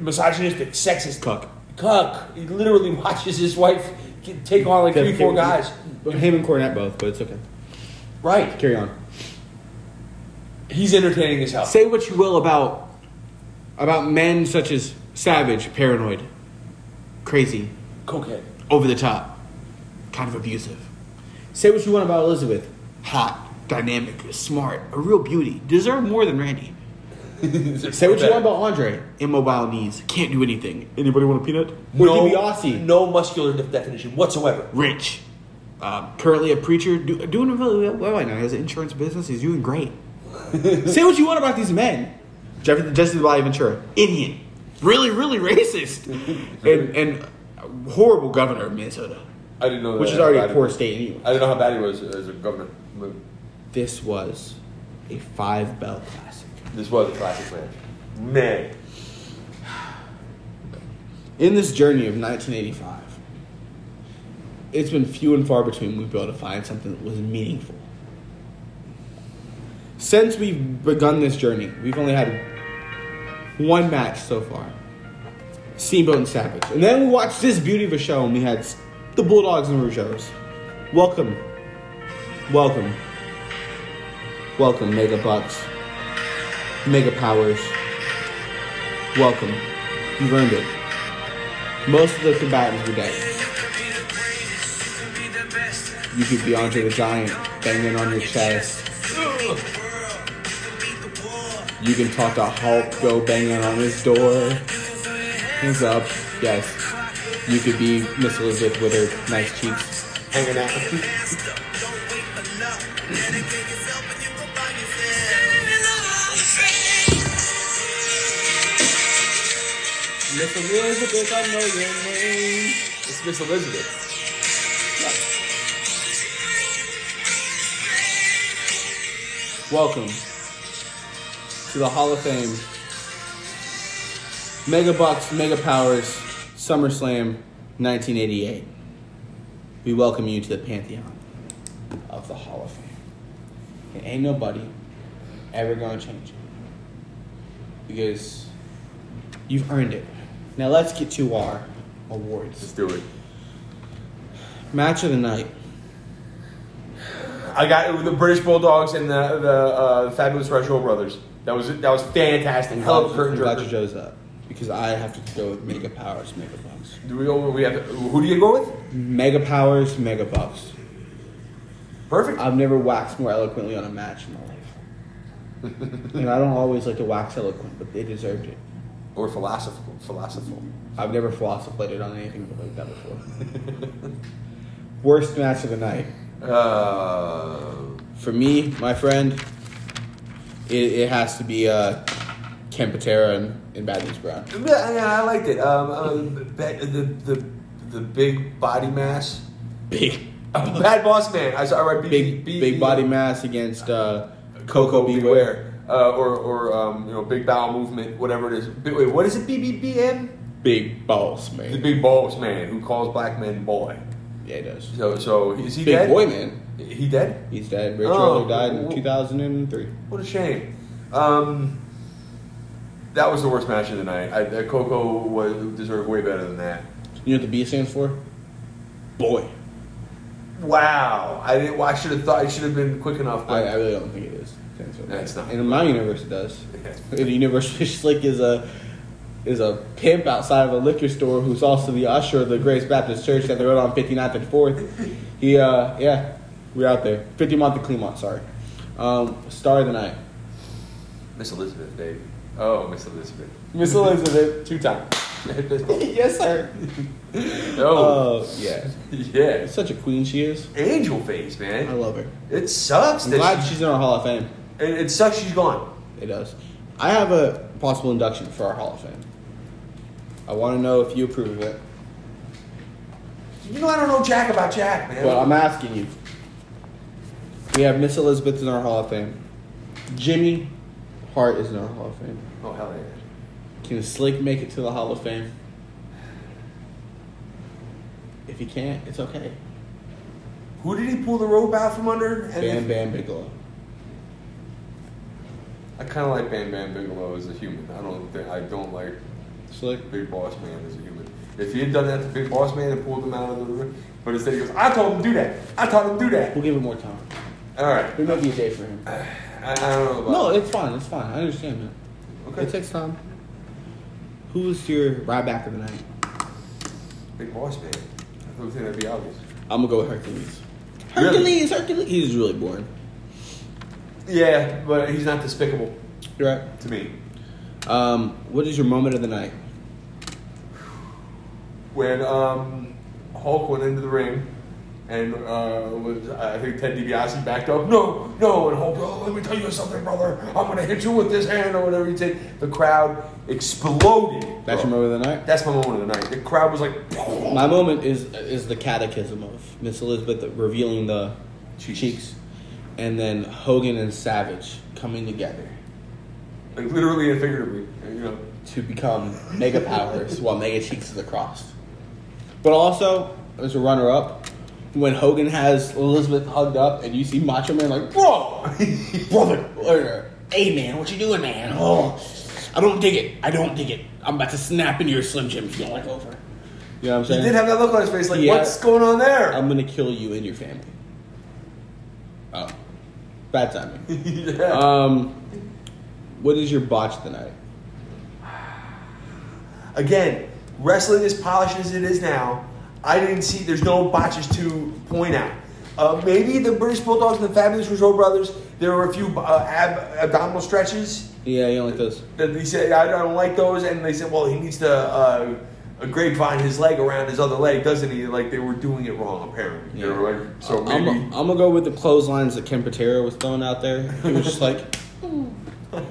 misogynistic, sexist, Cuck. cuck. He literally watches his wife get, take on like three, four guys. But him and Cornette both, but it's okay. Right. Carry on. He's entertaining as hell. Say what you will about about men such as savage, paranoid, crazy, Cokehead. over the top, kind of abusive. Say what you want about Elizabeth. Hot, dynamic, smart, a real beauty. Deserve more than Randy. [laughs] Say what you want about Andre. Immobile knees. Can't do anything. Anybody want a peanut? Or DiBiase. no muscular de- definition whatsoever. rich, uh, currently a preacher, do, doing really well right now. He has an insurance business. He's doing great. Say what you want about these men. Jeffrey, Jesse the Body Ventura, Indian, really, really racist, and and a horrible governor of Minnesota, I didn't know that. which is already a poor state anyway. I didn't know how bad he was as a governor. This was a five bell classic. This was a classic man. Man. In this journey of 1985, it's been few and far between we've been able to find something that was meaningful. Since we've begun this journey, we've only had one match so far Steamboat and Savage. And then we watched this beauty of a show and we had s- the Bulldogs and Rougeaus. Welcome. Welcome. Welcome, Mega Bucks. Mega Powers. Welcome. You've earned it. Most of the combatants were dead. You could be Andre the Giant banging on your chest. You can talk to Hulk, go banging on his door. Hands up, yes. You could be Miss Elizabeth with her nice cheeks. Hanging out. Miss Elizabeth, I know your name. It's Miss Elizabeth. Welcome to the Hall of Fame. Mega Bucks, Mega Powers, SummerSlam 1988. We welcome you to the Pantheon of the Hall of Fame. And ain't nobody ever gonna change it. Because you've earned it. Now let's get to our awards. Let's do it. Match of the night. I got the British Bulldogs and the the uh, fabulous Rush Hill Brothers. That was that was fantastic. Hell of a I'm curtain glad you jerker. chose that because I have to go with Mega Powers, Mega Bucks. Do we, go- we have who do you go with? Mega Powers, Mega Bucks. Perfect. I've never waxed more eloquently on a match in my life. [laughs] and I don't always like to wax eloquent, but they deserved it. Or philosophical, philosophical. I've never philosophizated on anything like that before. [laughs] Worst match of the night. Uh, For me, my friend, it, it has to be uh, Campatera and, and Bad News Brown. yeah, yeah, I liked it. Um, um, the, the the the big body mass. Big, [laughs] Bad boss man. I saw. I read B- big, B- E big body mass against uh, Coco Coco Beware. Beware, uh, or or um, you know, big bowel movement, whatever it is. B- wait, what is it? BBBM? Big balls, The man. big balls man who calls black men boy. Yeah, it does. So so is he Big dead? boy, man. He dead? He's dead. Ray Oh. Charlo died in 2003. What a shame. Um, that was the worst match of the night. I, uh, Coco was deserved way better than that. You know what the B stands for? Boy. Wow, I didn't. Well, I should have thought. I should have been quick enough. I, But [laughs] I really don't think it is. Stands for No, it's not. In my universe, it does. In the universe, [laughs] Fish Slick is a is a pimp outside of a liquor store who's also the usher of the Grace Baptist Church that they wrote on 59th and 4th. He, uh, yeah, we're out there. 50 month to Clemont, sorry. Um, star of the night. Miss Elizabeth, baby. Oh, [laughs] Miss Elizabeth. Miss Elizabeth. Two times. [laughs] yes, sir. oh, Oh, yeah. yeah. Such a queen she is. Angel face, I man. love her. It sucks I'm that glad she- she's in our Hall of Fame. It, it sucks she's gone. It does. I have a possible induction for our Hall of Fame. I want to know if you approve of it. You know, I don't know Jack about Jack, man. Well, I'm asking you. We have Miss Elizabeth in our Hall of Fame. Jimmy Hart is in our Hall of Fame. oh, hell yeah. Can Slick make it to the Hall of Fame? If he can't, it's okay. Who did he pull the rope out from under? And Bam if- Bam Bigelow. I kind of like Bam Bam Bigelow as a human. I don't think, I don't like Slick. Big Boss Man as a human. If he had done that to Big Boss Man and pulled him out of the room, but instead he goes, I told him to do that. I told him to do that. We'll give him more time. All right. There might be a day for him. I, I don't know No, about it's fine. It's fine. I understand that. Okay. It takes time. Who's your ride back of the night? Big Boss Man. I don't think that'd be obvious. I'm gonna go with Hercules. Really? Hercules, Hercules. He's really boring. Yeah, but he's not despicable You're right. to me. Um, what is your moment of the night? when um, Hulk went into the ring and uh, was I think Ted DiBiase backed up. No, no, and Hulk. Oh, let me tell you something, brother. I'm gonna hit you with this hand or whatever he did. The crowd exploded. That's bro. your moment of the night. That's my moment of the night. The crowd was like, My moment is is the catechism of Miss Elizabeth revealing the Cheeks. cheeks. and then Hogan and Savage coming together like literally and figuratively. You know, to become mega [laughs] powers while Mega Cheeks is across. But also, as a runner up, when Hogan has Elizabeth hugged up and you see Macho Man like, bro, [laughs] brother, or, hey man, what you doing, man? Oh, I don't dig it. I don't dig it. I'm about to snap into your Slim Jim if you don't like over. You know what I'm he saying? did have that look on his face, like, Yeah. Um, what's going on there? I'm gonna kill you and your family. Oh, bad timing. [laughs] yeah. um, what is your botch tonight? Again, wrestling as polished as it is now, I didn't see. There's no botches to point out. Uh, maybe the British Bulldogs and the Fabulous Rousseau Brothers. There were a few uh, ab- abdominal stretches Yeah, you don't like those. that they said I don't like those, and they said, well, he needs to uh, uh, grapevine his leg around his other leg, doesn't he? Like they were doing it wrong, apparently. Uh, They Yeah. were like, so I'm, maybe. I'm gonna go with the clotheslines that Ken Patera was throwing out there. He was just [laughs] like, Ooh, I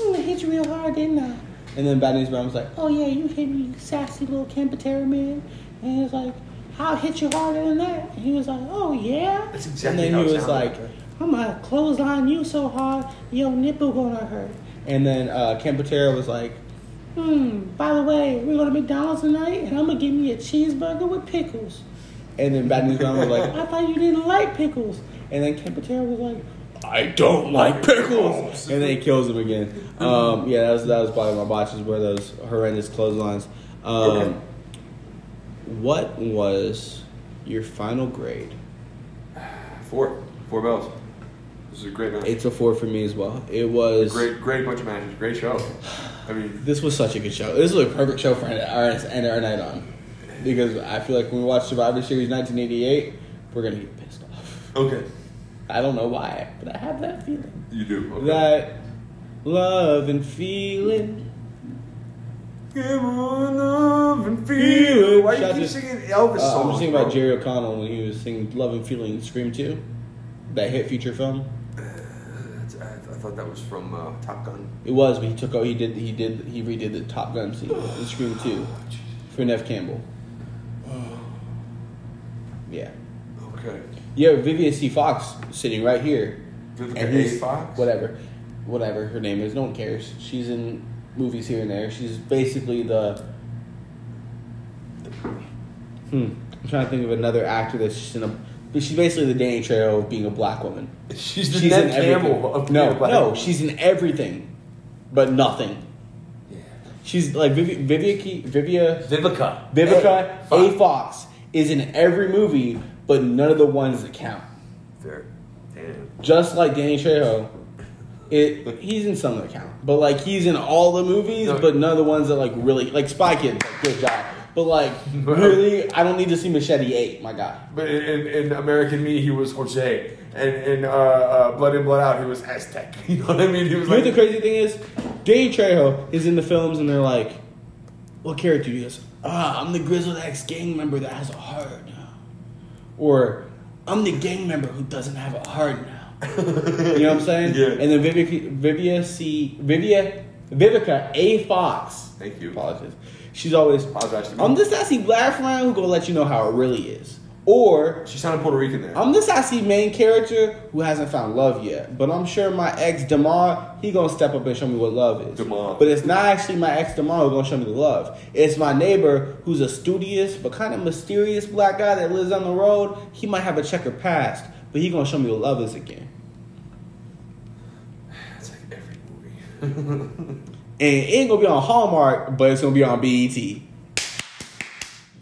Oh, hit you real hard, didn't I? and then Bad News Brown was like, Oh yeah, you hit me, you sassy little Campatera man. And he was like, I'll hit you harder than that. And he was like, Oh yeah? that's and exactly then how he it was sounded. like, I'm gonna clothesline you so hard, your nipple gonna hurt. and then uh, Ken Patera was like, Hmm, by the way, we're going to McDonald's tonight, and I'm gonna give me a cheeseburger with pickles. and then Bad News Brown was [laughs] like, I thought you didn't like pickles. and then Ken Patera was like, I don't like pickles, and then he kills him again. Um, yeah, that was that was probably my botches were those horrendous clotheslines. Um, Okay. What was your final grade four. Four bells. This is a great match. It's a four for me as well. It was Great, great bunch of matches. Great show. I mean, This was such a good show. This was a perfect show for our end our night on, because I feel like when we watch Survivor Series 1988, we're gonna get pissed off. okay. I don't know why, but I have that feeling. You do. Okay. That love and feeling. Give on love and feeling. Why do Should you I keep just- singing Elvis Uh, I'm songs? just thinking about bro? Jerry O'Connell when he was singing "Love and Feeling" in Scream 2, that hit feature film. That's- I, I thought that was from uh, Top Gun. It was, but he took out. He did. He did. He redid the Top Gun scene in Scream Two for Nev Campbell. Yeah. Okay. Yeah, Vivian C. Fox sitting right here. Vivica And A. who's- Fox? Whatever. Whatever her name is. No one cares. She's in movies here and there. She's basically the. Hmm. I'm trying to think of another actor that's just in a. but She's basically the Danny Trejo of being a black woman. She's the Ned Campbell of no, being a black no, woman. she's in everything, but nothing. She's like Vivi Vivia Ke- Vivia Vivica. Vivica A. A. Fox is in every movie, but none of the ones that count Fair. Damn. just like Danny Trejo, it he's in some that count, but like he's in all the movies, but none of the ones that like really like Spy Kids. Like, good job, but like really, I don't need to see Machete Eight, my guy. But in, in, in American Me, he was Jose. And in uh, uh, Blood In, Blood Out, he was Aztec. [laughs] You know what I mean? He was You know what the like, crazy thing is? Danny Trejo is in the films, and they're like, "What character?" He goes, "Ah, I'm the grizzled ex gang member that has a heart now," or "I'm the gang member who doesn't have a heart now." [laughs] you know what I'm saying? Yeah. And then Vivica, Vivia C, Vivia, Vivica A. Fox. Thank you. Apologies. She's always Apologize to me. I'm the sassy black friend who gonna let you know how it really is, or she sounded Puerto Rican there. I'm the sassy main character who hasn't found love yet, but I'm sure my ex Damar he gonna step up and show me what love is. Damar. But it's not actually my ex Damar who gonna show me the love. It's my neighbor who's a studious but kind of mysterious black guy that lives on the road. He might have a checkered past, but he gonna show me what love is again. That's like every movie. [laughs] And it ain't gonna be on Hallmark, but it's gonna be on BET.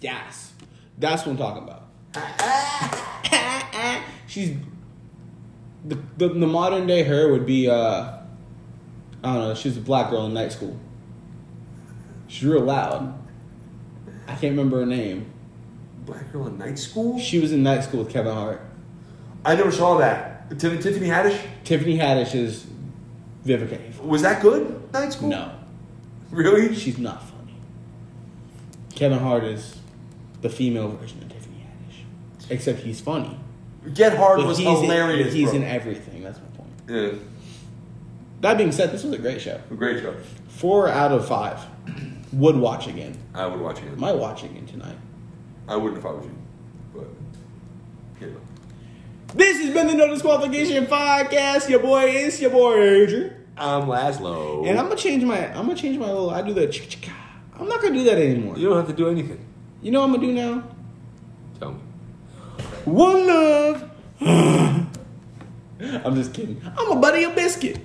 Yes, that's what I'm talking about. [laughs] She's the, the the modern day her would be uh I don't know. She's a black girl in night school. She's real loud. I can't remember her name. Black girl in night school? She was in night school with Kevin Hart. I never saw that. Tiff- Tiffany Haddish? Tiffany Haddish is Vivica. A. Fox. Was that good? Night school? No, [laughs] Really? she's not funny. Kevin Hart is the female version of Tiffany Haddish, except he's funny. Get Hard But was he's in- hilarious. he's bro. in everything. That's my point. Yeah, That being said, this was a great show. great show. Four out of five. [clears throat] Would watch again. I would watch it. Might watch again tonight. I wouldn't if I was you, but you know. This has been the No Disqualification Podcast. Your boy is your boy Adrian. I'm Laszlo. And I'm gonna change my I'm gonna change my little I do the chick chick. I'm not gonna do that anymore. don't have to do anything. You know what I'm gonna do now? Tell me. [sighs] One love. I'm just kidding. I'm a buddy of biscuit.